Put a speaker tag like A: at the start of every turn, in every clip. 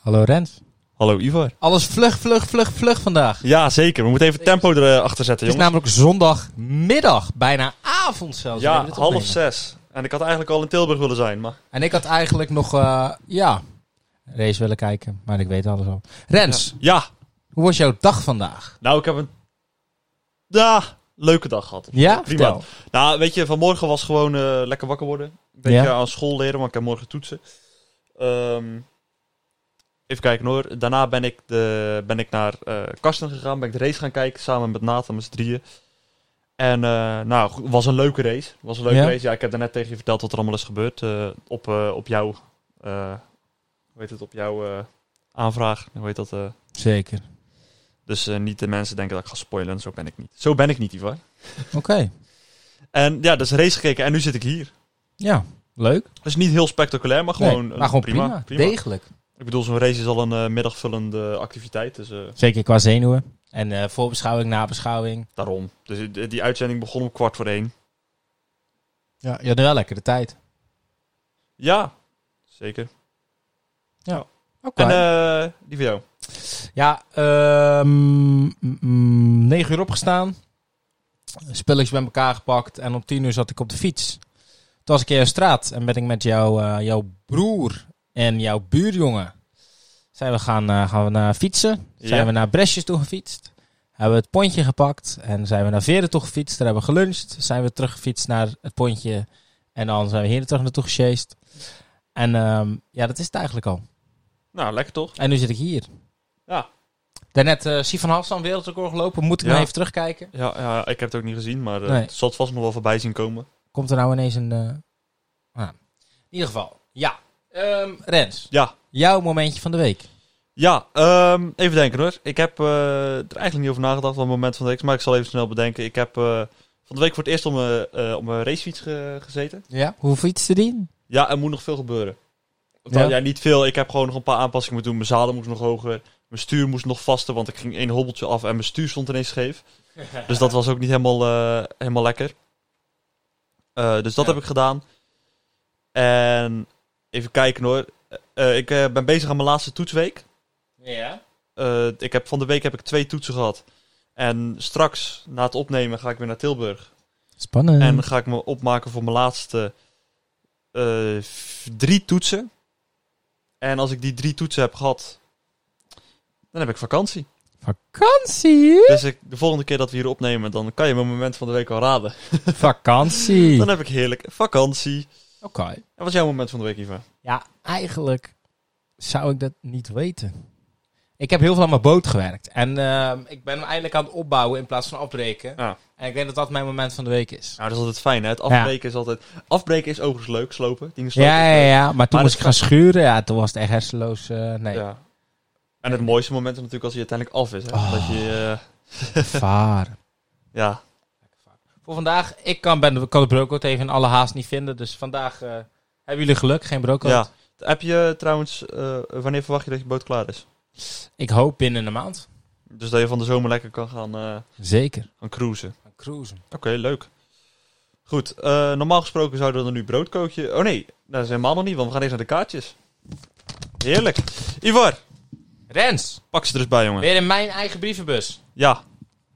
A: Hallo Rens.
B: Hallo Ivar.
A: Alles vlug, vlug, vlug, vlug vandaag.
B: Ja, zeker. We moeten even tempo erachter zetten,
A: Het is
B: jongens.
A: namelijk zondagmiddag, bijna avond zelfs. wanneer
B: Ja,
A: we dit
B: half
A: opnemen.
B: zes. En ik had eigenlijk al in Tilburg willen zijn, maar...
A: En ik had eigenlijk nog, eh, ja, een race willen kijken, maar ik weet alles al. Rens,
B: Ja,
A: hoe was jouw dag vandaag?
B: nou, ik heb een... Ja, leuke dag gehad.
A: Ja,
B: Prima.
A: vertel.
B: Nou, weet je, vanmorgen was gewoon eh, lekker wakker worden. Een beetje
A: Ja.
B: aan school leren, want ik heb morgen toetsen. Ehm, even kijken hoor. Daarna ben ik, de, ben ik naar eh Karsten gegaan. Ben ik de race gaan kijken, samen met Nathan, met z'n drieën. En eh, nou, goed, was een leuke race. Was een leuke
A: Ja.
B: race. Ja, ik heb daarnet tegen je verteld wat er allemaal is gebeurd. eh, op, eh, op jouw... eh, hoe heet het? Op jouw eh, aanvraag. Hoe heet dat? eh?
A: Zeker.
B: dus eh, niet de mensen denken dat ik ga spoilen. Zo ben ik niet. Zo ben ik niet, Ivar.
A: Oké,
B: En ja, dus race gekeken. En nu zit ik hier.
A: ja, leuk.
B: Dus niet heel spectaculair, maar gewoon,
A: Nee,
B: eh,
A: maar gewoon prima, degelijk.
B: Ik bedoel, zo'n race is al een eh, middagvullende activiteit, dus eh,
A: Zeker qua zenuwen. En eh, voorbeschouwing, nabeschouwing.
B: daarom. Dus i- die uitzending begon om kwart voor één.
A: Ja, je had wel lekker de tijd.
B: Ja, zeker.
A: Oké.
B: En eh, die van jou.
A: Ja, ehm, mm, mm, negen uur opgestaan. Spulletjes bij elkaar gepakt. En om tien uur zat ik op de fiets. Toen was ik in de straat en ben ik met jou, eh, jouw broer en jouw buurjongen. Zijn we gaan, eh, gaan we naar fietsen. Zijn
B: Ja.
A: we naar Bresjes toe gefietst. Hebben we het pontje gepakt. En zijn we naar Veren toe gefietst. Daar hebben we geluncht. Zijn we teruggefietst naar het pontje. En dan zijn we hier terug naartoe gesjeest. En ehm, ja, dat is het eigenlijk al.
B: Nou, lekker toch?
A: En nu zit ik hier.
B: Ja.
A: Daarnet eh Sivan Hassan wereldrecord gelopen. Moet ik
B: Ja.
A: maar even terugkijken.
B: Ja, ja, ik heb het ook niet gezien, maar eh,
A: Nee.
B: het zal het vast nog wel voorbij zien komen.
A: Komt er nou ineens een... eh, ah. In ieder geval, ja. Ehm, Rens,
B: Ja,
A: jouw momentje van de week.
B: ja ehm, even denken hoor. Ik heb eh, er eigenlijk niet over nagedacht wat het moment van de week is, maar ik zal even snel bedenken. Ik heb eh, van de week voor het eerst op mijn, eh, op mijn racefiets ge- gezeten.
A: Ja? Hoe fietste die?
B: Ja, er moet nog veel gebeuren. Ja.
A: Ja.
B: ja, niet veel. Ik heb gewoon nog een paar aanpassingen moeten doen. Mijn zadel moest nog hoger. Mijn stuur moest nog vaster, want ik ging één hobbeltje af en mijn stuur stond ineens scheef. Dus dat was ook niet helemaal, eh, helemaal lekker. Eh, dus dat
A: Ja.
B: heb ik gedaan. En even kijken hoor. Eh, eh, ik eh, ben bezig aan mijn laatste toetsweek.
A: Ja.
B: Eh, ik heb, van de week heb ik twee toetsen gehad. En straks, na het opnemen, ga ik weer naar Tilburg.
A: Spannend.
B: En ga ik me opmaken voor mijn laatste eh, v- drie toetsen. En als ik die drie toetsen heb gehad, dan heb ik vakantie.
A: Vakantie.
B: Dus ik, de volgende keer dat we hier opnemen, dan kan je mijn moment van de week al raden.
A: Vakantie.
B: Dan
A: Oké.
B: heb ik heerlijk vakantie. En wat is jouw moment van de week, Iva?
A: Ja, eigenlijk zou ik dat niet weten. Ik heb heel veel aan mijn boot gewerkt. En ehm, ik ben hem eindelijk aan het opbouwen in plaats van afbreken.
B: Ja.
A: En ik denk dat dat mijn moment van de week is.
B: Nou, dat is altijd fijn, hè? Het afbreken is altijd... Afbreken is overigens leuk, slopen. Dingen slopen
A: Ja,
B: is
A: ja,
B: leuk.
A: ja. eh, Maar toen
B: Maar
A: moest
B: dat
A: ik gaan schuren. Ja, toen was het echt hersenloos. eh, nee.
B: Ja. En het mooiste moment is natuurlijk als hij uiteindelijk af is, hè?
A: Oh.
B: Dat je... eh,
A: Vaar.
B: ja.
A: Voor vandaag, ik kan, ben, kan de broodcoat even in alle haast niet vinden. Dus vandaag eh, hebben jullie geluk. Geen broodcoat.
B: ja. Heb je trouwens... eh, wanneer verwacht je dat je boot klaar is?
A: Ik hoop binnen een maand.
B: Dus dat je van de zomer lekker kan gaan, eh,
A: Zeker.
B: gaan cruisen.
A: Gaan cruisen.
B: Oké, leuk. Goed, eh, normaal gesproken zouden we dan nu broodkookje... Oh nee, dat is helemaal nog niet, want we gaan eerst naar de kaartjes. Heerlijk. Ivar,
A: Rens,
B: pak ze er eens bij, jongen.
A: weer in mijn eigen brievenbus.
B: Ja,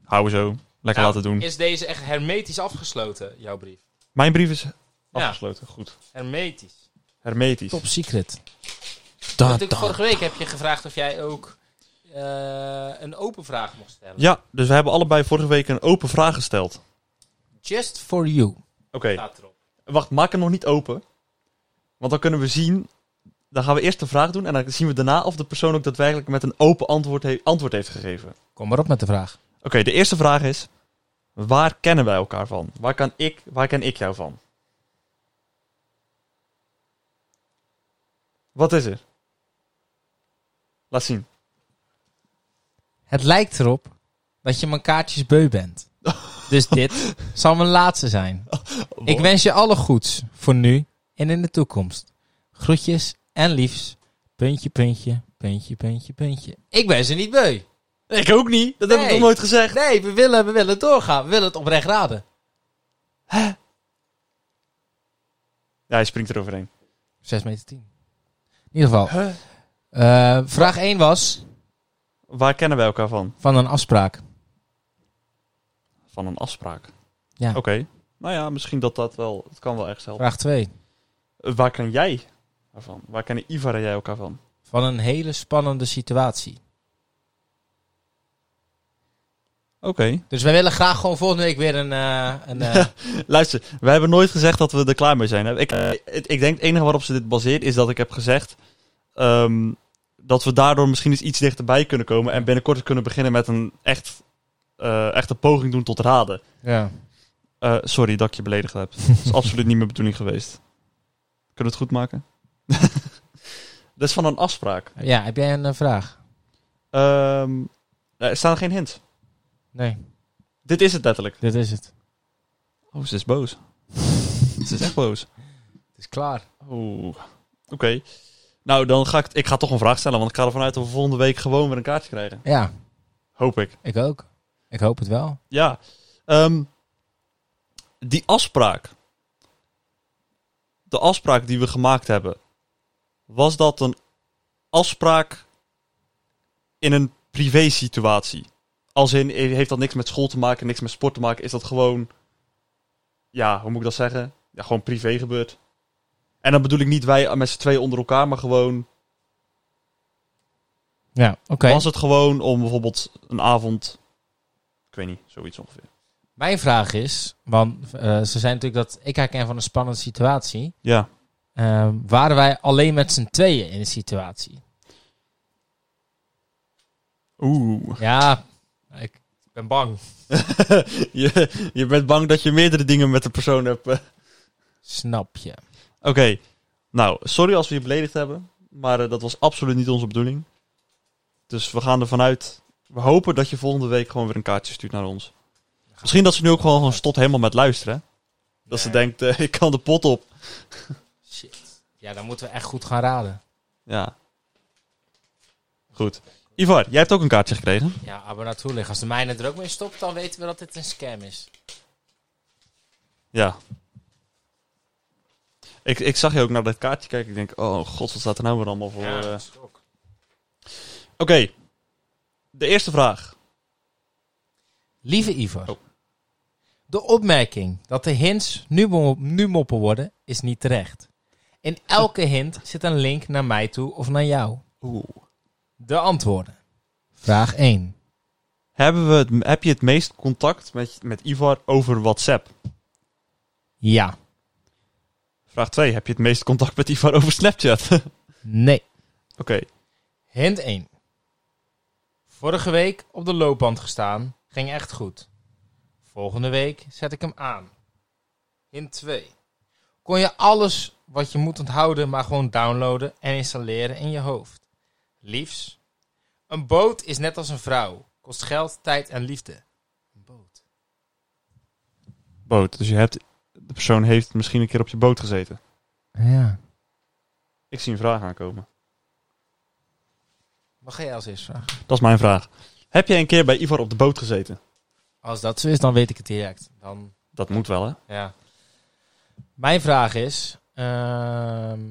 B: hou zo. Lekker
A: Nou,
B: laten doen.
A: Is deze echt hermetisch afgesloten, jouw brief?
B: Mijn brief is afgesloten. Goed.
A: Hermetisch.
B: Hermetisch.
A: Top secret.
C: da,
A: Natuurlijk, vorige week heb je gevraagd of jij ook eh, een open vraag mocht stellen.
B: Ja, dus we hebben allebei vorige week een open vraag gesteld.
A: Just for you.
B: Oké,
A: Staat erop.
B: wacht, maak hem nog niet open. Want dan kunnen we zien... Dan gaan we eerst de vraag doen en dan zien we daarna of de persoon ook daadwerkelijk met een open antwoord, he- antwoord heeft gegeven.
A: Kom maar op met de vraag.
B: Oké, de eerste vraag is: waar kennen wij elkaar van? Waar kan ik, waar ken ik jou van? Wat is er? Laat zien.
A: Het lijkt erop dat je mijn kaartjes beu bent. Dus dit zal mijn laatste zijn. Ik wens je alle goeds voor nu en in de toekomst. Groetjes en liefs. Puntje, puntje, puntje, puntje, puntje. Ik ben ze niet beu.
B: Ik ook niet. Dat heb ik
A: Nee.
B: nog nooit gezegd.
A: Nee, we willen, we willen doorgaan. We willen het oprecht raden.
B: Ja, hij springt eroverheen.
A: 6 meter 10. In ieder geval.
B: Huh?
A: Eh, vraag 1 was
B: Waar kennen wij elkaar van?
A: van een afspraak.
B: Van een afspraak.
A: Ja.
B: Oké. Nou ja, misschien dat dat wel... Het kan wel ergens helpen.
A: Vraag 2.
B: Eh, Waar ken jij ervan? Waar kennen Ivar en jij elkaar van?
A: Van een hele spannende situatie.
B: Oké.
A: Dus wij willen graag gewoon volgende week weer een... eh, een eh,
B: Luister, wij hebben nooit gezegd dat we er klaar mee zijn. Hè? Ik, het- ik denk het enige waarop ze dit baseert is dat ik heb gezegd ehm, dat we daardoor misschien eens iets dichterbij kunnen komen en binnenkort kunnen beginnen met een echt, eh echt een poging doen tot raden.
A: ja.
B: Eh, sorry dat ik je beledigd heb. Dat is absoluut niet mijn bedoeling geweest. Kunnen we het goed maken? dat is van een afspraak.
A: ja, heb jij een eh, vraag?
B: Ehm, er staan geen hints.
A: Nee,
B: Dit is het letterlijk.
A: dit is het.
B: Oh, ze is boos. ze is echt boos.
A: Het is klaar.
B: Oeh. Oké. Nou, dan ga ik, ik ga toch een vraag stellen, want ik ga ervan uit dat we volgende week gewoon weer een kaartje krijgen.
A: Ja,
B: Hoop ik.
A: ik ook. Ik hoop het wel.
B: Ja. Ehm, die afspraak. De afspraak die we gemaakt hebben. Was dat een afspraak in een privé situatie? Als in, heeft dat niks met school te maken, niks met sport te maken? Is dat gewoon, ja, hoe moet ik dat zeggen? Ja, gewoon privé gebeurd. En dan bedoel ik niet wij met z'n twee onder elkaar, maar gewoon
A: Ja, oké.
B: Was het gewoon om bijvoorbeeld een avond. Ik weet niet, zoiets ongeveer.
A: Mijn vraag is, want eh, ze zijn natuurlijk dat ik herken van een spannende situatie.
B: Ja.
A: Ehm, waren wij alleen met z'n tweeën in de situatie?
B: Oeh.
A: Ja, ik ben bang.
B: je, je bent bang dat je meerdere dingen met de persoon hebt. eh.
A: Snap je.
B: Oké. Nou, sorry als we je beledigd hebben. Maar eh, dat was absoluut niet onze bedoeling. Dus we gaan ervan uit. We hopen dat je volgende week gewoon weer een kaartje stuurt naar ons. Misschien dat ze nu ook gewoon van stot helemaal met luisteren. hè? Dat ze denkt, eh, ik kan de pot op.
A: Shit. Ja, dan moeten we echt goed gaan raden.
B: Ja. Goed. Ivar, jij hebt ook een kaartje gekregen.
A: Ja, abonnatuur liggen. Als de mijne er ook mee stopt, dan weten we dat dit een scam is.
B: Ja. Ik, ik zag je ook naar dat kaartje kijken. Ik denk, oh god, wat staat er nou weer allemaal voor? eh. Oké,
A: schok.
B: de eerste vraag.
A: Lieve Ivar.
B: Oh.
A: De opmerking dat de hints nu, mo- nu moppen worden, is niet terecht. In elke hint zit een link naar mij toe of naar jou.
B: Oeh.
A: De antwoorden. Vraag 1.
B: Hebben we het, heb je het meest contact met, met Ivar over WhatsApp?
A: Ja.
B: Vraag 2. Heb je het meest contact met Ivar over Snapchat? Oké.
A: Nee. Hint 1. Vorige week op de loopband gestaan. Ging echt goed. Volgende week zet ik hem aan. Hint 2. Kon je alles wat je moet onthouden maar gewoon downloaden en installeren in je hoofd. Liefs. Een boot is net als een vrouw. Kost geld, tijd en liefde. Een boot.
B: Boot. Dus je hebt, de persoon heeft misschien een keer op je boot gezeten.
A: Ja.
B: Ik zie een vraag aankomen.
A: Mag jij als eerst vragen?
B: Dat is mijn vraag. Heb jij een keer bij Ivar op de boot gezeten?
A: Als dat zo is, dan weet ik het direct. Dan
B: Dat moet wel, hè?
A: Ja. Mijn vraag is... ehm,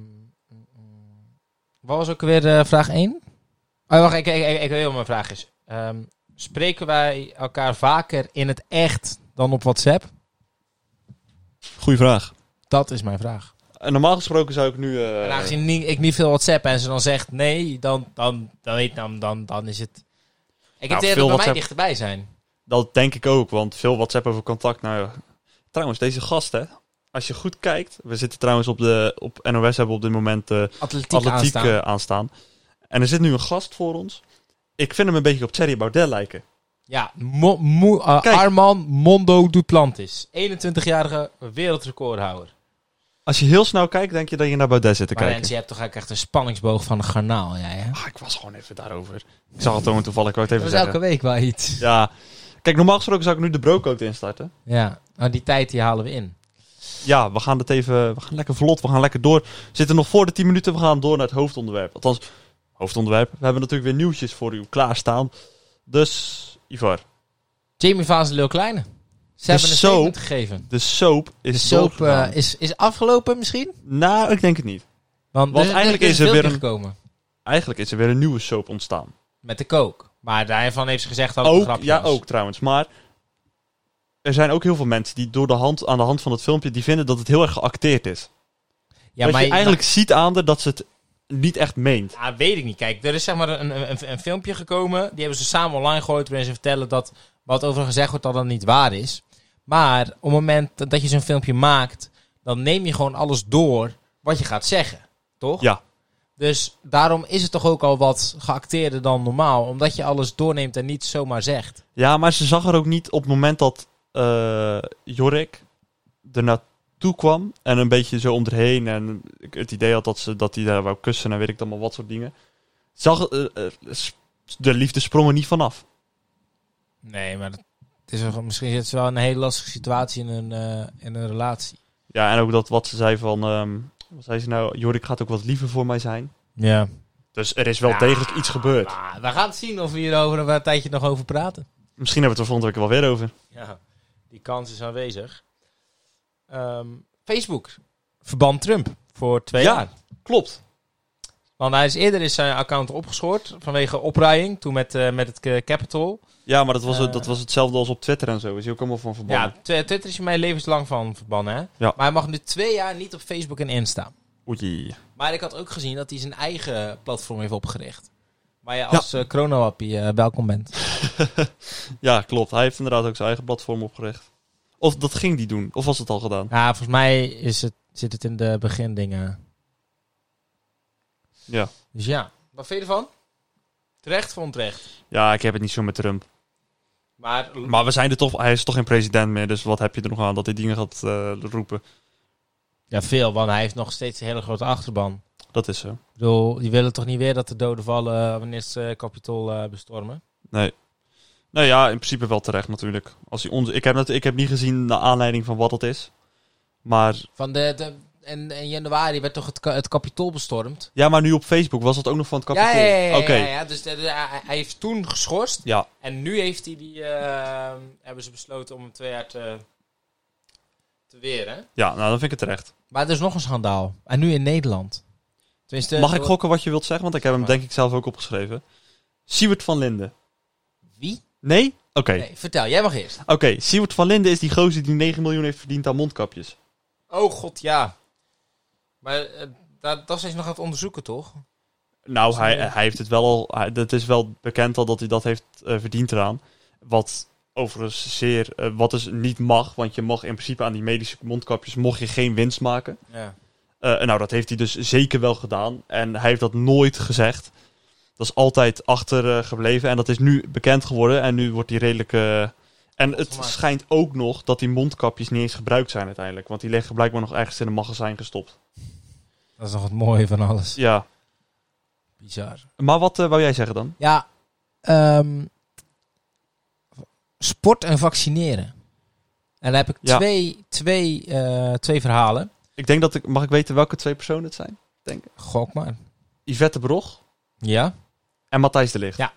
A: wat was ook weer eh, vraag 1? Oh, wacht, ik, ik, ik, ik weet wat mijn vraag is. Ehm, spreken wij elkaar vaker in het echt dan op WhatsApp?
B: Goeie vraag.
A: Dat is mijn vraag.
B: Eh, Normaal gesproken zou ik nu... eh,
A: En aangezien nie- ik niet veel WhatsApp en ze dan zegt nee, dan, dan, dan, weet, dan, dan, dan is het... Ik heb
B: Nou,
A: het
B: veel
A: eerder bij mij
B: WhatsApp-
A: dichterbij zijn.
B: Dat denk ik ook, want veel WhatsApp over contact. Nou, ja. trouwens, deze gast, hè. Als je goed kijkt, we zitten trouwens op de op NOS hebben we op dit moment eh
A: Atletiek,
B: atletiek
A: aanstaan.
B: eh, aanstaan. En er zit nu een gast voor ons. Ik vind hem een beetje op Thierry Baudet lijken.
A: Ja, Mo- Mo- eh,
B: Kijk.
A: Arman Mondo Duplantis. 21-jarige wereldrecordhouder.
B: Als je heel snel kijkt, denk je dat je naar Baudet zit te
A: Maar
B: kijken.
A: Rens, je hebt toch eigenlijk echt een spanningsboog van een garnaal, jij hè?
B: Ah, ik was gewoon even daarover. Ik zag het toen toevallig, ik wou het
A: Dat
B: even
A: is
B: zeggen.
A: elke week wel iets. Ja.
B: Ja. Kijk, normaal gesproken zou ik nu de broodcode instarten.
A: Nou, die tijd die halen we in.
B: Ja, we gaan het even. We gaan lekker vlot, we gaan lekker door. We zitten nog voor de 10 minuten, we gaan door naar het hoofdonderwerp. Althans, hoofdonderwerp. We hebben natuurlijk weer nieuwtjes voor u klaarstaan. Dus, Ivar,
A: Jamie Vaas en Lil Kleine. Ze hebben een
B: soap-
A: statement gegeven.
B: De soap is
A: De soap
B: doorgegaan.
A: eh, is, is afgelopen misschien?
B: Nou, ik denk het niet.
A: Want,
B: eigenlijk is er
A: veel
B: weer een-
A: gekomen
B: Eigenlijk is er weer een nieuwe soap ontstaan.
A: met de kook. Maar daarvan heeft ze gezegd dat het een
B: Ook,
A: grapje dus.
B: ja,
A: was.
B: ook trouwens. Maar er zijn ook heel veel mensen die door de hand, aan de hand van het filmpje... die vinden dat het heel erg geacteerd is.
A: Ja,
B: dat
A: maar
B: je eigenlijk ziet aan haar dat ze het niet echt meent.
A: Ja, weet ik niet. Kijk, er is zeg maar een, een, een- een filmpje gekomen. Die hebben ze samen online gegooid. Waarin ze vertellen dat wat over gezegd wordt, dat dat niet waar is. Maar op het moment dat je zo'n filmpje maakt, dan neem je gewoon alles door wat je gaat zeggen. Toch?
B: Ja.
A: Dus daarom is het toch ook al wat geacteerder dan normaal. Omdat je alles doorneemt en niet zomaar zegt.
B: Ja, maar ze zag er ook niet op het moment dat eh, Jorik er naartoe kwam. En een beetje zo om haar heen. En ik het idee had dat ze dat hij daar wou kussen en weet ik dan maar wat soort dingen. Zag, eh, eh, s- de liefde sprong er niet vanaf.
A: Nee, maar dat- het is wel- misschien zit ze wel in een hele lastige situatie in een, eh, in een relatie.
B: Ja, en ook dat wat ze zei van... ehm, wat zei ze nou? Jorik gaat ook wat liever voor mij zijn.
A: Ja.
B: Dus er is wel degelijk iets gebeurd.
A: Maar we gaan het zien of we hierover een tijdje nog over praten.
B: Misschien hebben we het er volgende week wel weer over.
A: Ja, die kans is aanwezig. Ehm, Facebook. Verband Trump voor twee
B: Ja.
A: jaar.
B: Klopt.
A: Want hij is eerder is zijn account opgeschort vanwege opruiing. Toen met, eh, met het eh, Capitol.
B: Ja, maar dat was, het-
A: Eh.
B: dat was hetzelfde als op Twitter en zo. Is hij ook allemaal van verbannen.
A: Ja, Tw- Twitter is mij levenslang van verbannen. Hè?
B: Ja.
A: Maar hij mag nu twee jaar niet op Facebook en Insta.
B: Oei.
A: Maar ik had ook gezien dat hij zijn eigen platform heeft opgericht. Waar je
B: Ja.
A: als eh chronowappie eh, welkom bent.
B: Ja, klopt. Hij heeft inderdaad ook zijn eigen platform opgericht. Of dat ging die doen. Of was het al gedaan?
A: Ja, volgens mij is het, zit het in de begindingen.
B: Ja.
A: Dus ja, wat vind je ervan? Terecht voor onterecht?
B: Ja, ik heb het niet zo met Trump.
A: Maar
B: Maar we zijn er toch, hij is toch geen president meer. Dus wat heb je er nog aan dat hij dingen gaat eh, roepen?
A: Ja, veel, want hij heeft nog steeds een hele grote achterban.
B: Dat is zo.
A: Ik bedoel, die willen toch niet weer dat de doden vallen eh, wanneer ze eh, kapitool eh, bestormen?
B: Nee. Nou ja, in principe wel terecht natuurlijk. Als hij ons, ik, heb het, ik heb niet gezien naar aanleiding van wat dat is. Maar,
A: Van de, de, in, in januari werd toch het, ka- het kapitool bestormd?
B: ja, maar nu op Facebook was dat ook nog van het kapitool.
A: Ja, ja, ja, ja,
B: Oké.
A: ja, ja. Dus de- de- hij hij heeft toen geschorst
B: Ja.
A: en nu heeft hij die, eh, hebben ze besloten om hem twee jaar te, te weren.
B: ja, nou dan vind ik het terecht.
A: Maar er is nog een schandaal. En nu in Nederland. Tenminste,
B: Mag ik
A: door-
B: gokken wat je wilt zeggen? Want ik heb hem denk ik zelf ook opgeschreven. Siewert van Linden.
A: Wie?
B: Nee? Oké.
A: Nee, vertel, jij mag eerst.
B: Oké, Siewert van Linden is die gozer die 9 miljoen heeft verdiend aan mondkapjes.
A: Oh god, ja. Maar eh, dat, dat is nog aan het onderzoeken, toch?
B: Nou,
A: Is
B: hij,
A: hij-
B: hij heeft het wel al. hij- Dat is wel bekend al dat hij dat heeft eh, verdiend eraan. Wat overigens zeer. eh, wat dus niet mag. Want je mag in principe aan die medische mondkapjes. mocht je geen winst maken.
A: Ja.
B: Eh, nou, dat heeft hij dus zeker wel gedaan. En hij heeft dat nooit gezegd. Dat is altijd achtergebleven. gebleven en dat is nu bekend geworden. En nu wordt die redelijk. eh, en het
A: Opgemaakt.
B: schijnt ook nog dat die mondkapjes niet eens gebruikt zijn uiteindelijk. Want die liggen blijkbaar nog ergens in een magazijn gestopt.
A: Dat is nog het mooie van alles.
B: Ja.
A: Bizar.
B: Maar wat eh, wou jij zeggen dan?
A: Ja, ehm, sport en vaccineren. En daar heb ik
B: Ja.
A: twee, twee, eh, twee verhalen.
B: Ik denk dat ik. Mag ik weten welke twee personen het zijn?
A: Gok maar.
B: Yvette Brog
A: Ja?
B: en Matthijs de Ligt.
A: Ja.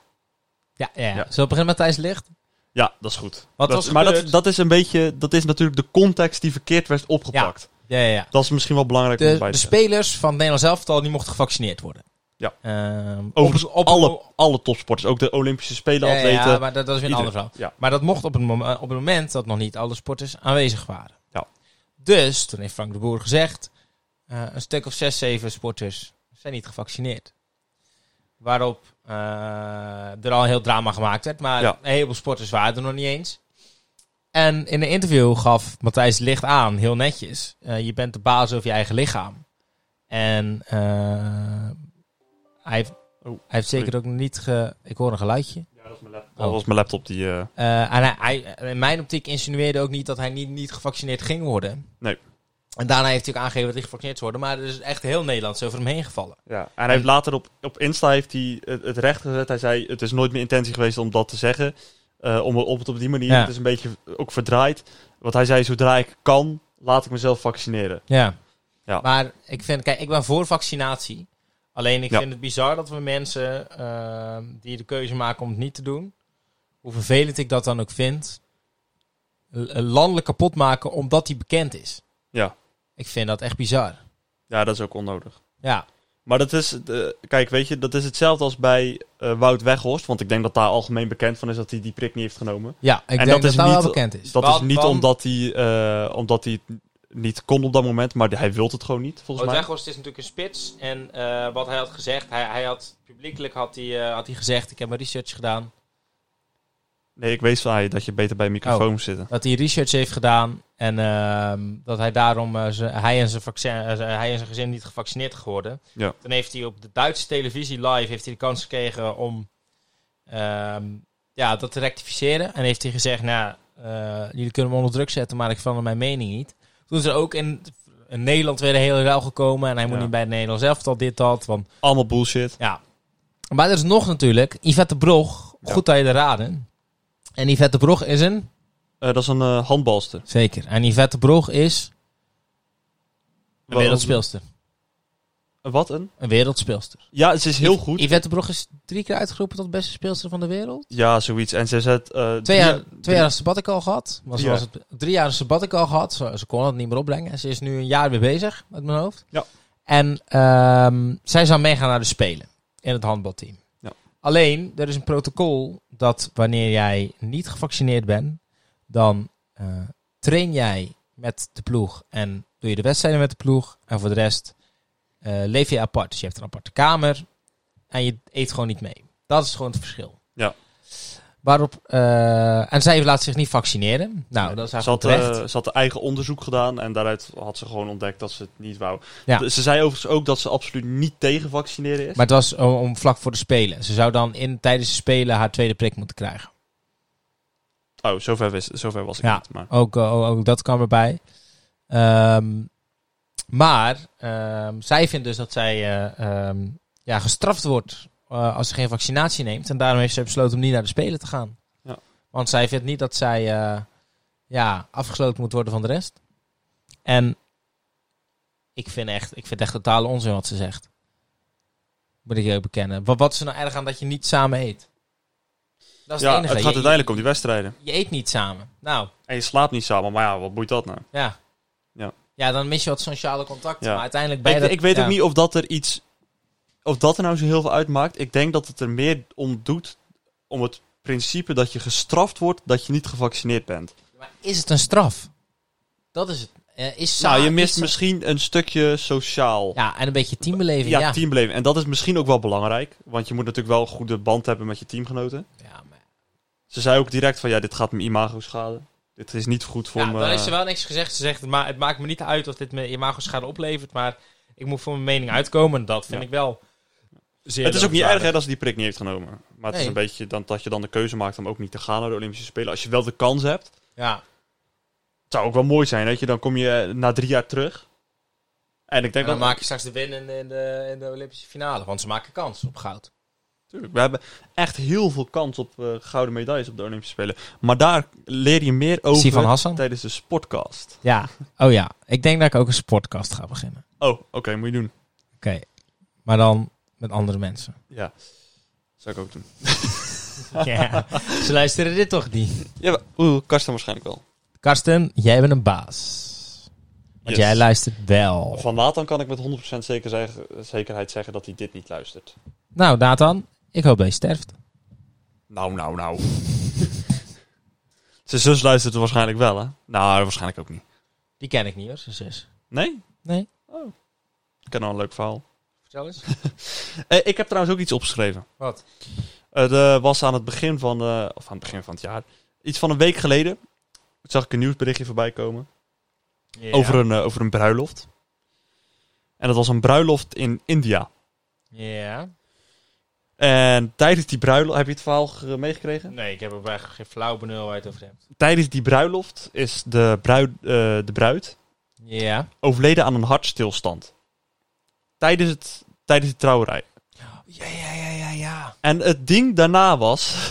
A: Ja, ja. ja.
B: Ja.
A: Zullen we beginnen met Thijs Licht?
B: Ja, dat is goed.
A: Wat
B: dat,
A: was
B: maar dat,
A: gebeurd?
B: dat is een beetje. Dat is natuurlijk de context die verkeerd werd opgepakt.
A: Ja, ja, ja.
B: Dat is misschien wel belangrijk om
A: De,
B: erbij
A: de
B: te zeggen.
A: spelers van het Nederlands elftal die mochten gevaccineerd worden.
B: Ja.
A: Ehm,
B: Overigens,
A: op- op-
B: alle, alle topsporters, ook de Olympische Spelen,
A: ja,
B: atleten.
A: ja, maar dat, dat is weer een
B: iedereen.
A: ander verhaal.
B: Ja.
A: Maar dat mocht op het, mom- eh, op het moment dat nog niet alle sporters aanwezig waren.
B: Ja.
A: Dus, toen heeft Frank de Boer gezegd, eh, een stuk of zes, zeven sporters zijn niet gevaccineerd. Waarop eh, er al een heel drama gemaakt werd, maar
B: Ja.
A: een heleboel sporters waren er nog niet eens. En in een interview gaf Matthijs Licht aan, heel netjes, eh, je bent de baas over je eigen lichaam. En eh, hij, heeft,
B: Oh,
A: hij heeft zeker ook niet... Ge, ik hoor een geluidje.
B: Dat was mijn laptop die. eh,
A: Eh, en hij, hij- in mijn optiek insinueerde ook niet dat hij niet, niet gevaccineerd ging worden.
B: Nee.
A: En daarna heeft hij ook aangegeven dat hij gevaccineerd zou worden. Maar er is echt heel Nederland zo over hem heen gevallen.
B: ja. En hij heeft later op, op Insta heeft hij het, het recht gezet. Hij zei: Het is nooit mijn intentie geweest om dat te zeggen. Eh, om op, het op die manier.
A: Ja.
B: Het is een beetje ook verdraaid. Want hij zei: Zodra ik kan, laat ik mezelf vaccineren.
A: Ja.
B: Ja.
A: Maar ik vind, kijk, ik ben voor vaccinatie. Alleen ik
B: Ja.
A: vind het bizar dat we mensen eh, die de keuze maken om het niet te doen, hoe vervelend ik dat dan ook vind, eh, eh, landelijk kapot maken omdat hij bekend is.
B: Ja.
A: Ik vind dat echt bizar.
B: Ja, dat is ook onnodig.
A: Ja,
B: Maar dat is, eh, kijk, weet je, dat is hetzelfde als bij eh, Wout Weghorst. Want ik denk dat daar algemeen bekend van is dat hij die prik niet heeft genomen.
A: ja ik
B: En
A: denk dat
B: dat
A: dat
B: is
A: wel
B: niet-
A: bekend is.
B: Dat
C: Want-
B: is niet
C: want-
B: omdat hij, eh, omdat hij het niet kon op dat moment, maar hij wilde het gewoon niet,
A: Oh,
B: volgens mij.
C: Odeghorst is natuurlijk een spits. En eh, wat hij had gezegd, hij, hij had publiekelijk had hij, eh, had hij gezegd: Ik heb mijn research gedaan.
B: Nee, ik wees van je dat je beter bij
A: Oh.
B: microfoon moet zitten.
A: Dat hij research heeft gedaan en ehm, dat hij daarom eh, ze- hij, en zijn vaccin, eh, ze- hij en zijn gezin niet gevaccineerd geworden.
B: Ja.
A: Dan heeft hij op de Duitse televisie live heeft hij de kans gekregen om ehm, ja, dat te rectificeren. En heeft hij gezegd, nou, eh, jullie kunnen me onder druk zetten, maar ik verander mijn mening niet. Toen is er ook in, in Nederland weer een hele ruil gekomen en hij moet
B: Ja.
A: niet bij het Nederlands elftal dit, dat. Want,
B: Allemaal bullshit.
A: ja. Maar er is nog natuurlijk, Yvette de Brog,
B: Ja.
A: goed dat je er raden. En Yvette de Brog is een...
B: Eh, dat is een eh, handbalster.
A: Zeker. En Yvette Brog is een
B: Wat-
A: wereldspeelster.
B: Wat een?
A: Een wereldspeelster.
B: Ja, ze is heel goed.
A: Yvette Brog is drie keer uitgeroepen tot beste speelster van de wereld.
B: Ja, zoiets. En ze zet... eh,
A: Twee
B: drie-
A: jaar, twee jaar een sabbatical gehad. Maar ze
B: Ja.
A: was het, drie jaar een sabbatical gehad. Ze, ze kon het niet meer opbrengen. En ze is nu een jaar weer bezig, uit mijn hoofd.
B: Ja.
A: En ehm, zij zou meegaan naar de Spelen. In het handbalteam.
B: Ja.
A: Alleen, er is een protocol dat wanneer jij niet gevaccineerd bent, dan eh, train jij met de ploeg en doe je de wedstrijden met de ploeg. En voor de rest eh, leef je apart. Dus je hebt een aparte kamer en je eet gewoon niet mee. Dat is gewoon het verschil.
B: Ja.
A: Waarop, eh, en zij laat zich niet vaccineren. Nou, dat is
B: Ze
A: eigenlijk
B: had,
A: terecht.
B: eh, ze had eigen onderzoek gedaan en daaruit had ze gewoon ontdekt dat ze het niet wou.
A: Ja.
B: De- Ze zei overigens ook dat ze absoluut niet tegen vaccineren is.
A: maar het was om, om vlak voor de Spelen. Ze zou dan in, tijdens de Spelen haar tweede prik moeten krijgen.
B: Oh, zover, wist, zover was ik
A: Ja.
B: niet. Maar
A: Ook, eh, ook, ook dat kwam erbij. Ehm, maar ehm, zij vindt dus dat zij eh, ehm, ja, gestraft wordt eh, als ze geen vaccinatie neemt. En daarom heeft ze besloten om niet naar de Spelen te gaan.
B: Ja.
A: Want zij vindt niet dat zij eh, ja, afgesloten moet worden van de rest. En ik vind, echt, ik vind het echt totale onzin wat ze zegt. Moet ik je ook bekennen. Wat, wat is er nou erg aan dat je niet samen eet? Dat is
B: ja,
A: het
B: het
A: enige.
B: gaat
A: Je-
B: uiteindelijk om die wedstrijden.
A: je eet niet samen. Nou,
B: En je slaapt niet samen, maar ja, wat boeit dat nou?
A: ja.
B: Ja.
A: Ja, dan mis je wat sociale contacten.
B: Ja.
A: Maar uiteindelijk bij
B: Ik,
A: dat...
B: ik weet
A: ja.
B: ook niet of dat er iets... Of dat er nou zo heel veel uitmaakt. Ik denk dat het er meer om doet om het principe dat je gestraft wordt dat je niet gevaccineerd bent.
A: Maar is het een straf? Dat is het. Eh, is
B: Nou, je
A: is-
B: mist misschien een stukje sociaal.
A: Ja, en een beetje teambeleving.
B: Ja,
A: Ja, ja.
B: teambeleving. En dat is misschien ook wel belangrijk. Want je moet natuurlijk wel een goede band hebben met je teamgenoten.
A: maar-
B: Ze zei ook direct van, ja, dit gaat mijn imago schaden. Dit is niet goed voor
A: ja,
B: me.
A: dan is er wel niks gezegd. Ze zegt, het ma- het maakt me niet uit of dit me imago-schade oplevert. Maar ik moet voor mijn mening uitkomen. En dat vind
B: Ja.
A: ik wel zeer
B: Het is ook niet erg
A: lovenswaardig.
B: hè, dat ze die prik niet heeft genomen. Maar het
A: Nee.
B: is een beetje dan, dat je dan de keuze maakt om ook niet te gaan naar de Olympische Spelen. Als je wel de kans hebt.
A: Ja.
B: Het zou ook wel mooi zijn, weet je. Dan kom je eh, na drie jaar terug. En ik
A: En
B: denk
A: dan
B: dat...
A: maak je straks de win in de, in de, in de Olympische finale. Want ze maken kans op goud.
B: Tuurlijk, we hebben echt heel veel kans op eh, gouden medailles op de Olympische Spelen. Maar daar leer je meer over
A: Sivan Hassan?
B: tijdens de sportcast.
A: Ja. Oh ja. Ik denk dat ik ook een sportcast ga beginnen.
B: Oh, oké, moet je doen.
A: Oké. Maar dan met andere mensen.
B: Ja, zou ik ook doen.
A: Ja. Ze luisteren dit toch niet?
B: Ja, maar- oeh, Karsten waarschijnlijk wel.
A: Karsten, jij bent een baas. Want
B: Yes.
A: jij luistert wel.
B: Van Nathan kan ik met 100% zeker zeggen, zekerheid zeggen dat hij dit niet luistert.
A: Nou, Nathan, ik hoop dat je sterft.
B: Nou, nou, nou. Zijn zus luistert het waarschijnlijk wel, hè? Nou, waarschijnlijk ook niet.
A: Die ken ik niet hoor, zijn zus.
B: Nee?
A: Nee.
B: Oh. Ik ken al een leuk verhaal.
A: Vertel eens.
B: Eh, ik heb trouwens ook iets opgeschreven.
A: Wat?
B: Het eh, was aan het begin van, eh, of aan het begin van het jaar, iets van een week geleden, zag ik een nieuwsberichtje voorbij komen over, een, eh, over een bruiloft. En dat was een bruiloft in India.
A: Ja.
B: En tijdens die bruiloft, heb je het verhaal ge- meegekregen?
A: Nee, ik heb er eigenlijk geen flauw benul uit over hem.
B: Tijdens die bruiloft is de, bruid, eh, de bruid
A: Ja.
B: overleden aan een hartstilstand. Tijdens, het, tijdens de trouwerij.
A: Ja, ja, ja, ja, ja.
B: En het ding daarna was...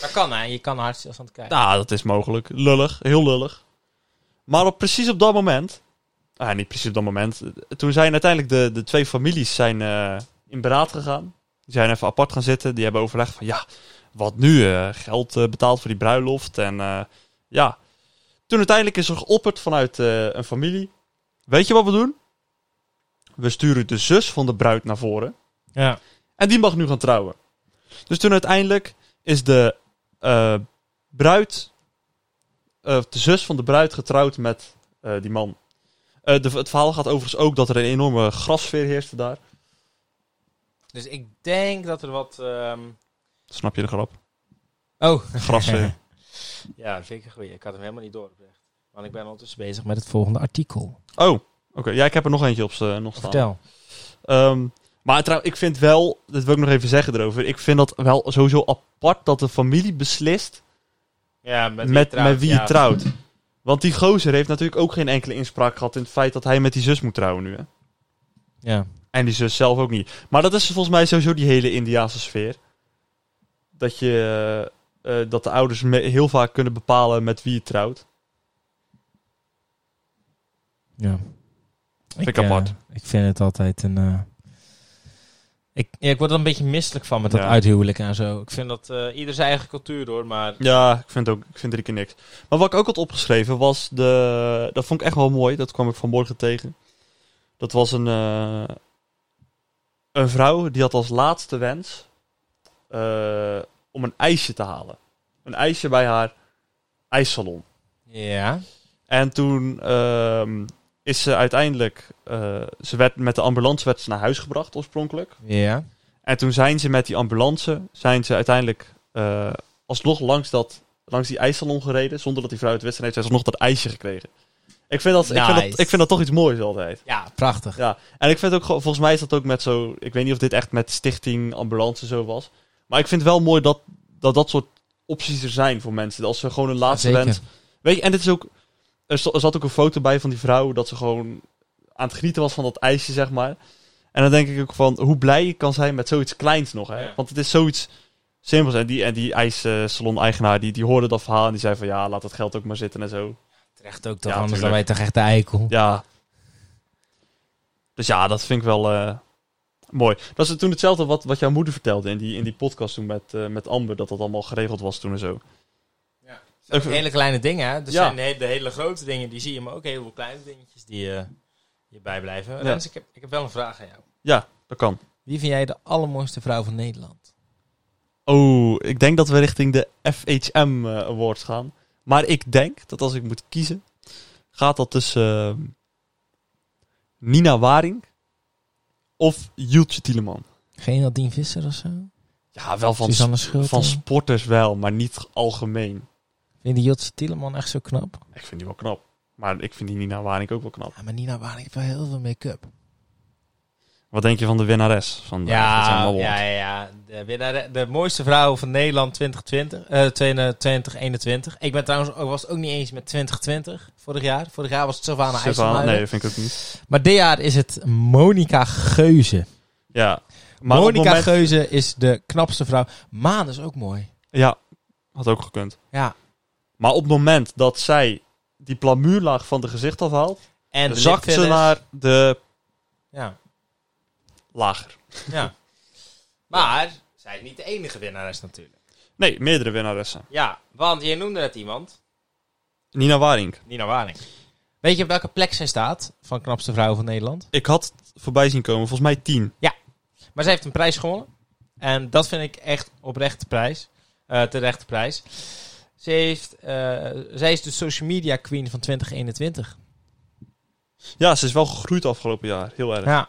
A: Dat kan hè, je kan een hartstilstand krijgen.
B: Nou, dat is mogelijk. Lullig. Heel lullig. Maar op, precies op dat moment... Ah, niet precies op dat moment. eh, Toen zijn uiteindelijk de, de twee families zijn, eh, in beraad gegaan. Die zijn even apart gaan zitten. Die hebben overlegd van... Ja, wat nu? eh, geld eh, betaald voor die bruiloft. En eh, ja... Toen uiteindelijk is er geopperd vanuit eh, een familie. Weet je wat we doen? We sturen de zus van de bruid naar voren.
A: Ja.
B: En die mag nu gaan trouwen. Dus toen uiteindelijk is de eh, bruid, eh, de zus van de bruid, getrouwd met eh, die man. Eh, de, het verhaal gaat overigens ook dat er een enorme grassfeer heerste daar.
C: Dus ik denk dat er wat... ehm,
B: Snap je de grap?
A: Oh.
B: Grassfeer.
C: ja, vind ik een goeie. Ik had hem helemaal niet door. oprecht. Want ik ben ondertussen bezig.
A: Bezig met het volgende artikel.
B: oh, oké. Ja, ik heb er nog eentje op eh, nog staan.
A: Vertel.
B: Ehm, maar trouwens, ik vind wel, dat wil ik nog even zeggen erover. Ik vind dat wel sowieso apart dat de familie beslist
C: Ja, met
B: met, met wie je trouwt. Want die gozer heeft natuurlijk ook geen enkele inspraak gehad in het feit dat hij met die zus moet trouwen nu. Hè?
A: Ja.
B: En die zus zelf ook niet. Maar dat is volgens mij sowieso die hele Indiaanse sfeer. Dat, je, eh, dat de ouders me- heel vaak kunnen bepalen met wie je trouwt.
A: ja.
B: Vind ik apart.
A: eh, ik vind het altijd een... eh, Ik, ja, ik word er een beetje misselijk van met dat
B: Ja.
A: uithuwelijk en zo.
C: Ik vind dat eh, ieder zijn eigen cultuur hoor, maar...
B: Ja, ik vind, ook, ik vind drie keer niks. Maar wat ik ook had opgeschreven was de. Dat vond ik echt wel mooi. Dat kwam ik vanmorgen tegen. Dat was een. eh, een vrouw die had als laatste wens. eh, om een ijsje te halen. Een ijsje bij haar ijssalon.
A: Ja.
B: En toen ehm, is ze uiteindelijk. eh, ze werd, met de ambulance werd ze naar huis gebracht oorspronkelijk.
A: Ja.
B: En toen zijn ze met die ambulance, zijn ze uiteindelijk eh, alsnog langs, dat, langs die ijssalon gereden. Zonder dat die vrouw het wist. En heeft ze alsnog dat ijsje gekregen. Ik vind dat, ik vind dat,
A: Nice.
B: ik vind dat toch iets moois altijd.
A: Ja, prachtig.
B: Ja. En ik vind ook, gewoon- volgens mij is dat ook met zo... Ik weet niet of dit echt met stichting ambulance zo was. Maar ik vind het wel mooi dat dat, dat soort opties er zijn voor mensen. Als ze gewoon een laatste
A: Zeker.
B: wens... Weet je, en dit is ook... Er sto- er zat ook een foto bij van die vrouw dat ze gewoon aan het genieten was van dat ijsje, zeg maar. En dan denk ik ook van hoe blij je kan zijn met zoiets kleins nog. Hè?
C: Ja.
B: Want het is zoiets simpels. En die, en die ijssalon-eigenaar die, die hoorde dat verhaal en die zei van ja, laat dat geld ook maar zitten en zo.
A: Terecht ook toch,
B: Ja,
A: anders dan wij
B: tuurlijk.
A: toch echt de eikel.
B: Ja. Dus ja, dat vind ik wel eh, mooi. Dat is toen hetzelfde wat, wat jouw moeder vertelde in die, in die podcast toen met, eh, met Amber. Dat dat allemaal geregeld was toen en zo.
C: Het zijn hele kleine dingen, hè? Er
B: Ja.
C: zijn de hele, de hele grote dingen, die zie je, maar ook heel veel kleine dingetjes die eh, hierbij blijven. Rens, ik heb, ik heb wel een vraag aan jou.
B: Ja, dat kan.
A: Wie vind jij de allermooiste vrouw van Nederland?
B: Oh, ik denk dat we richting de FHM eh, Awards gaan. Maar ik denk dat als ik moet kiezen, gaat dat tussen eh, Nina Waring of Jultje Tieleman.
A: Geen Nadine Visser of zo?
B: Ja, wel van,
A: Susanne Schulte?
B: van sporters wel, maar niet algemeen.
A: Vind je Jotse Tieleman echt zo knap?
B: Ik vind die wel knap. Maar ik vind die Nina Waring ook wel knap.
A: Ja, maar Nina Waring heeft wel heel veel make-up.
B: Wat denk je van de winnares? Van de, van zijn
C: Ja,
B: award?
C: ja, ja. De, winnaar, de mooiste vrouw van Nederland 2020, eh, 2021. Ik ben trouwens ook, was het ook niet eens met 2020 vorig jaar. Vorig jaar was het Sylvana
B: Stefan, nee,
C: IJsselmuiden.
B: dat vind ik ook niet.
A: Maar dit jaar is het Monica Geuze.
B: Ja. Maar op het
A: Monica
B: moment-
A: Geuze is de knapste vrouw. Maan is ook mooi.
B: Ja, had ook gekund.
A: Ja.
B: Maar op het moment dat zij die plamuurlaag van de gezicht afhaalt,
C: En de
B: zakt ze
C: lipfillers.
B: naar de
C: Ja,
B: lager.
C: ja. Maar zij is niet de enige winnares natuurlijk.
B: Nee, meerdere winnaressen.
C: Ja, want je noemde net iemand.
B: Nina Waring.
C: Nina Waring.
A: Weet je op welke plek zij staat van knapste vrouw van Nederland?
B: Ik had het voorbij zien komen, volgens mij 10.
C: Maar zij heeft een prijs gewonnen. En dat vind ik echt oprechte prijs. Eh terechte prijs. Ze heeft, eh, zij is de social media queen van 2021.
B: Ja, ze is wel gegroeid afgelopen jaar. Heel erg.
C: Ja.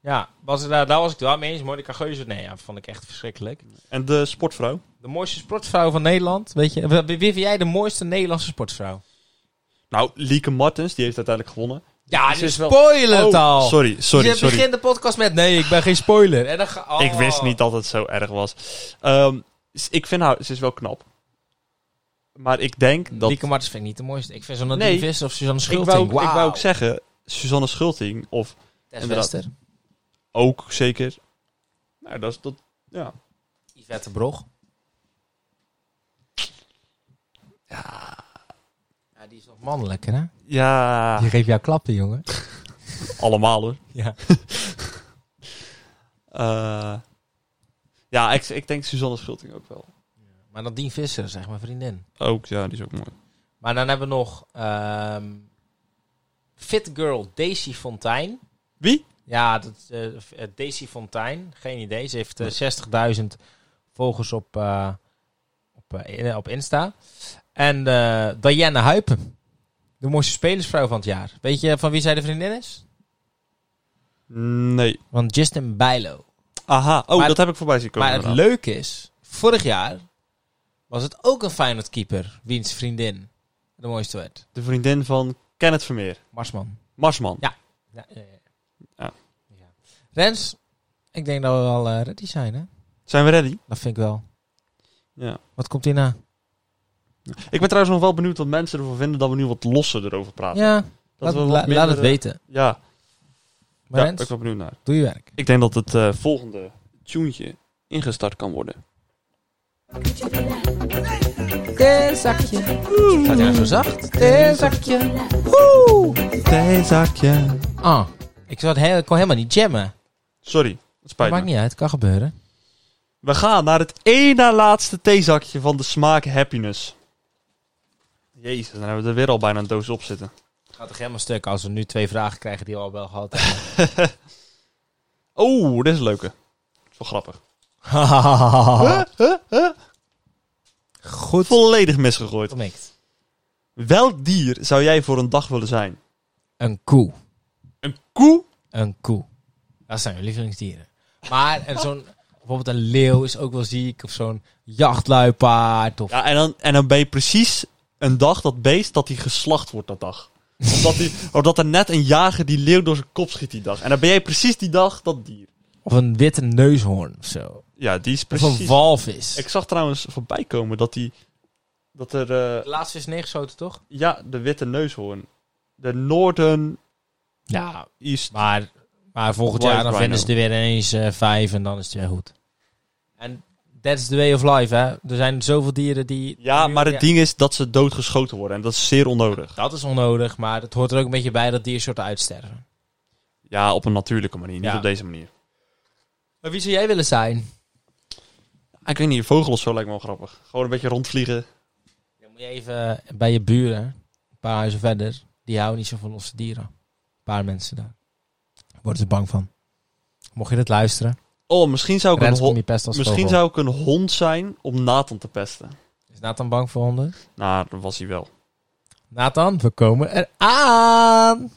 C: Ja, was het, daar, daar was ik het wel mee eens. Monica Geuze, nee, ja, vond ik echt verschrikkelijk.
B: En de sportvrouw.
C: De mooiste sportvrouw van Nederland. Weet je, wie, wie vind jij de mooiste Nederlandse sportvrouw?
B: Nou, Lieke Martens, die heeft uiteindelijk gewonnen.
C: Ja,
B: Ze
C: nu
B: is wel- Oh,
A: Spoiler het al!
B: sorry, sorry,
A: Oh, je
B: sorry.
A: begint de podcast met, nee, ik ben geen spoiler. En dan ga, oh.
B: Ik wist niet dat het zo erg was. Ehm, s- ik vind haar, ze is wel knap. Maar ik denk dat...
A: Lieke Martens vind ik niet de mooiste. Ik vind zo'n Nadine
B: Nee.
A: Visser of Suzanne
B: ik,
A: Schulting.
B: wou, ook- ik
A: Wauw.
B: wou ook zeggen, Suzanne Schulting, of
A: Tess
B: inderdaad.
A: Wester.
B: ook zeker... Nou, dat is dat... Ja.
A: Yvette Brog. Ja. die is nog mannelijker, hè?
B: Ja,
A: Je geeft jou klappen, jongen.
B: allemaal hoor.
A: Ja.
B: Eh, ja, ik, ik denk Suzanne Schulting ook wel.
A: Maar Nadine Visser, zeg maar, vriendin.
B: Ook, ja, die is ook mooi.
A: Maar dan hebben we nog ehm, Fit Girl Daisy Fontijn.
B: Wie?
A: Ja, dat, is, eh, F- eh, Daisy Fontijn. Geen idee. Ze heeft eh, 60.000 volgers op, eh, op, eh, in- op Insta. En eh Diana Huipen. De mooiste spelersvrouw van het jaar. Weet je van wie zij de vriendin is?
B: Nee.
A: Van Justin Bijlo.
B: Aha. Oh,
A: Maar-
B: dat heb ik voorbij zien komen.
A: Maar het
B: inderdaad.
A: leuke is, vorig jaar was het ook een Feyenoord keeper wiens vriendin de mooiste werd.
B: De vriendin van Kenneth Vermeer.
A: Marsman.
B: Marsman.
A: Ja, ja, ja.
B: Ja.
A: Ja. Rens, ik denk dat we al eh, ready zijn, hè?
B: Zijn we ready?
A: Dat vind ik wel.
B: Ja.
A: Wat komt hierna?
B: Ik ben trouwens nog wel benieuwd wat mensen ervan vinden dat we nu wat losser erover praten.
A: Ja,
B: dat
A: laat,
B: we wat
A: la-
B: minder,
A: laat het
B: eh,
A: weten.
B: Ja,
A: Maar
B: ja ik
A: Rens,
B: ben wel benieuwd naar.
A: doe je werk.
B: Ik denk dat het eh, volgende tuentje ingestart kan worden.
A: Teenzakje. Gaat hij nou zo zacht? Teenzakje.
B: Theezakje.
A: Ah, ik, zat heel, ik kon helemaal niet jammen.
B: Sorry, het
A: Dat
B: spijt me.
A: maakt niet uit, kan gebeuren.
B: We gaan naar het één na laatste theezakje van de smaak happiness. Jezus, dan hebben we er weer al bijna een doos op zitten.
A: Gaat toch helemaal stuk als we nu twee vragen krijgen die we al wel gehad hebben.
B: Oh, dit is een leuke. Dat is wel grappig.
A: Goed
B: Volledig misgegooid.
A: gemikt.
B: Welk dier zou jij voor een dag willen zijn?
A: Een koe.
B: Een koe?
A: Een koe. Dat zijn mijn lievelingsdieren. Maar en zo'n, bijvoorbeeld een leeuw is ook wel ziek. Of zo'n jachtluipaard. Of...
B: Ja, en dan, en dan ben je precies een dag dat beest dat hij geslacht wordt dat dag. Of dat, die, of dat er net een jager die leeuw door zijn kop schiet die dag. En dan ben jij precies die dag dat dier.
A: Of een witte neushoorn of zo.
B: Ja, die is
A: Of
B: precies.
A: een walvis.
B: Ik zag trouwens voorbij komen dat die. Dat er. eh,
A: Laatst is neergeschoten, toch?
B: Ja, de witte neushoorn. De Northern
A: Ja,
B: East.
A: maar, maar volgend
B: Wild
A: jaar dan
B: rhino.
A: vinden ze er weer ineens eh, vijf en dan is het weer goed. En that's the way of life, hè. Er zijn zoveel dieren die...
B: Ja,
A: nu-
B: maar het ding is dat ze doodgeschoten worden. En dat is zeer onnodig.
A: Dat is onnodig, maar het hoort er ook een beetje bij dat diersoorten uitsterven.
B: Ja, op een natuurlijke manier. Niet
A: Ja.
B: op deze manier.
A: Maar wie zou jij willen zijn?
B: Ah, Ik weet niet, een vogel of zo lijkt me wel grappig. Gewoon een beetje rondvliegen.
A: Dan moet je even eh, bij je buren, een paar huizen verder, die houden niet zo van onze dieren. Een paar mensen daar. Daar Worden ze bang van. Mocht je dit luisteren,
B: Oh, misschien zou ik
A: Rens
B: een hond...
A: kom je pest als
B: Misschien
A: vogel.
B: zou ik een hond zijn om Nathan te pesten.
A: Is Nathan bang voor honden?
B: Nou, dat was hij wel.
A: Nathan, we komen eraan!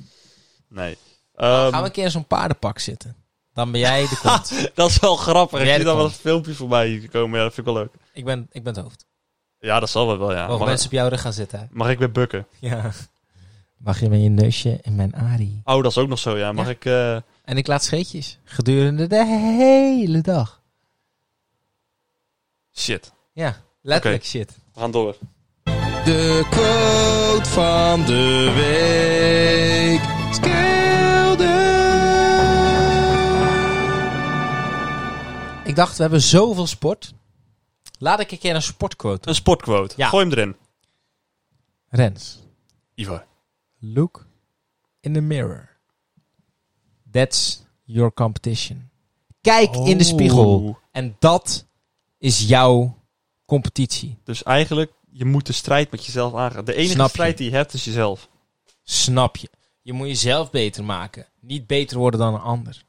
B: Nee.
A: Gaan
B: Ehm,
A: we een keer in zo'n paardenpak zitten? Dan ben jij de kont.
B: dat is wel grappig. Ik
A: Jij
B: zie dan
A: kon.
B: wel een filmpje voorbij komen. Ja, dat vind ik wel leuk.
A: ik, ben, ik ben het hoofd.
B: Ja, dat zal wel, wel ja.
A: Mogen
B: Mag,
A: Oh, mensen op jouw rug gaan zitten? hè?
B: mag ik weer bukken?
A: Ja. Mag je met je neusje in mijn ari?
B: Oh, dat is ook nog zo, ja. Mag
A: Ja.
B: ik... eh,
A: En ik laat scheetjes. Gedurende de hele dag.
B: Shit.
A: Ja, letterlijk shit.
B: We gaan door.
D: De quote van de week.
A: Ik dacht, we hebben zoveel sport. Laat ik een keer een sportquote doen.
B: Een sportquote.
A: Ja.
B: Gooi hem erin.
A: Rens,
B: Ivar.
A: look in the mirror. That's your competition. Kijk in de spiegel.
B: Oh.
A: En dat is jouw competitie.
B: Dus eigenlijk, je moet de strijd met jezelf aangaan. De enige
A: Snap je.
B: strijd die je hebt is jezelf.
A: Snap je? Je moet jezelf beter maken. Niet beter worden dan een ander.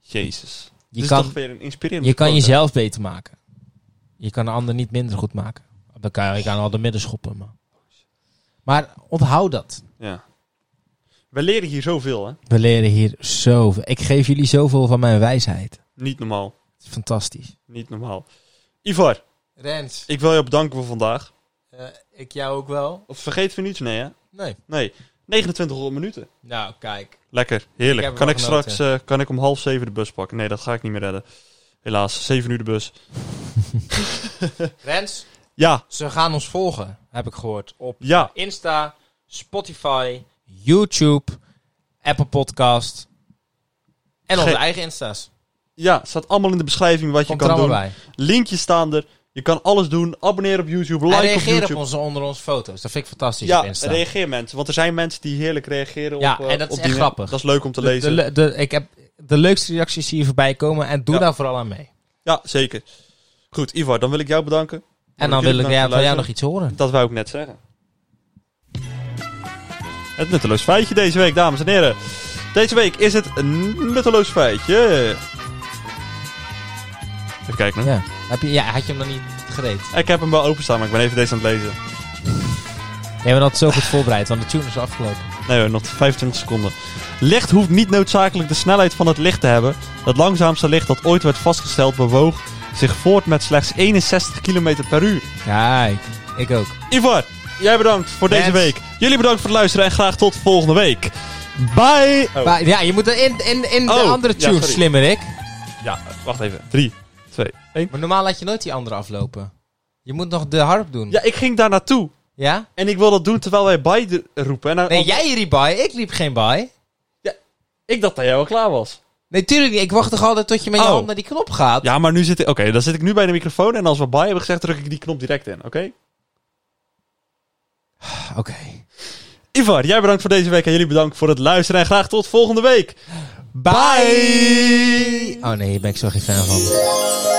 B: Jezus.
A: Je
B: Dit is
A: kan,
B: toch weer een inspirerende
A: je kan
B: quote, hè?
A: jezelf beter maken. Je kan een ander niet minder goed maken. Dan kan je, je kan al de midden schoppen. Maar. maar onthoud dat.
B: Ja. We leren hier zoveel, hè?
A: We leren hier zoveel. Ik geef jullie zoveel van mijn wijsheid.
B: Niet normaal.
A: Het is Fantastisch.
B: Niet normaal. Ivar,
A: Rens,
B: ik wil je bedanken voor vandaag.
A: Eh, ik jou ook wel.
B: Of vergeet we niets, nee hè?
A: Nee.
B: Nee. 2900 minuten.
A: Nou, kijk.
B: Lekker,
A: Ik
B: heerlijk.
A: heb
B: kan ik
A: ervan
B: straks eh, kan ik om half zeven de bus pakken? Nee, dat ga ik niet meer redden. Helaas, zeven uur de bus.
A: Rens,
B: Ja,
A: ze gaan ons volgen, heb ik gehoord. Op
B: ja.
A: Insta, Spotify, YouTube, Apple Podcast. En onze
B: Ge-
A: eigen Insta's.
B: Ja, staat allemaal in de beschrijving wat je
A: Komt er
B: kan
A: allemaal
B: doen.
A: bij.
B: Linkjes staan er. Je kan alles doen. Abonneer op YouTube, like
A: en
B: op
A: reageer op,
B: YouTube.
A: onze onder onze foto's. Dat vind ik fantastisch op
B: ja,
A: Insta.
B: reageer mensen. Want er zijn mensen die heerlijk reageren
A: Ja,
B: op eh,
A: en dat is
B: op
A: echt
B: die-
A: grappig.
B: Dat is leuk om te
A: De- de,
B: lezen.
A: le- de- ik heb de leukste reacties zie je voorbij komen en doe
B: Ja.
A: daar vooral aan mee.
B: ja, zeker. Goed, Ivar, dan wil ik jou bedanken.
A: En dan wil ik ja, van jou nog iets horen.
B: Dat wou ik net zeggen. Het nutteloos feitje deze week, dames en heren. Deze week is het een nutteloos feitje. Even kijken. hoor.
A: Ja. Heb je, ja, had je hem dan niet gereed?
B: Ik heb hem wel openstaan, maar ik ben even deze aan het lezen.
A: Je hebt dat zo goed voorbereid, want de tune is afgelopen.
B: Nee hoor, nog 25 seconden. Licht hoeft niet noodzakelijk de snelheid van het licht te hebben. Het langzaamste licht dat ooit werd vastgesteld bewoog zich voort met slechts 61 km per uur.
A: Ja, ik, ik ook.
B: Ivar, jij bedankt voor deze
A: Yes.
B: week. Jullie bedankt voor het luisteren en graag tot volgende week. Bye! Oh,
A: Maar ja, je moet er in, in, in de
B: Oh,
A: andere
B: ja,
A: tune
B: sorry.
A: slimmer, ik.
B: Ja, wacht even. 3, 2, 1.
A: Maar normaal laat je nooit die andere aflopen. Je moet nog de harp doen. Ja?
B: Ja, ik ging daar naartoe. En ik wil dat doen terwijl wij bye de- roepen. En dan-
A: Nee, jij riep bij, ik liep geen bij.
B: Ik dacht dat jij al klaar was.
A: Nee, tuurlijk niet. Ik wacht toch altijd tot je met je
B: Oh.
A: hand naar die knop gaat.
B: Ja, maar nu zit ik... Oké, dan zit ik nu bij de microfoon. En als we bye hebben gezegd, druk ik die knop direct in. Oké?
A: Oké.
B: Ivar, jij bedankt voor deze week en jullie bedankt voor het luisteren. En graag tot volgende week. Bye!
A: Oh nee, hier ben ik zo geen fan van.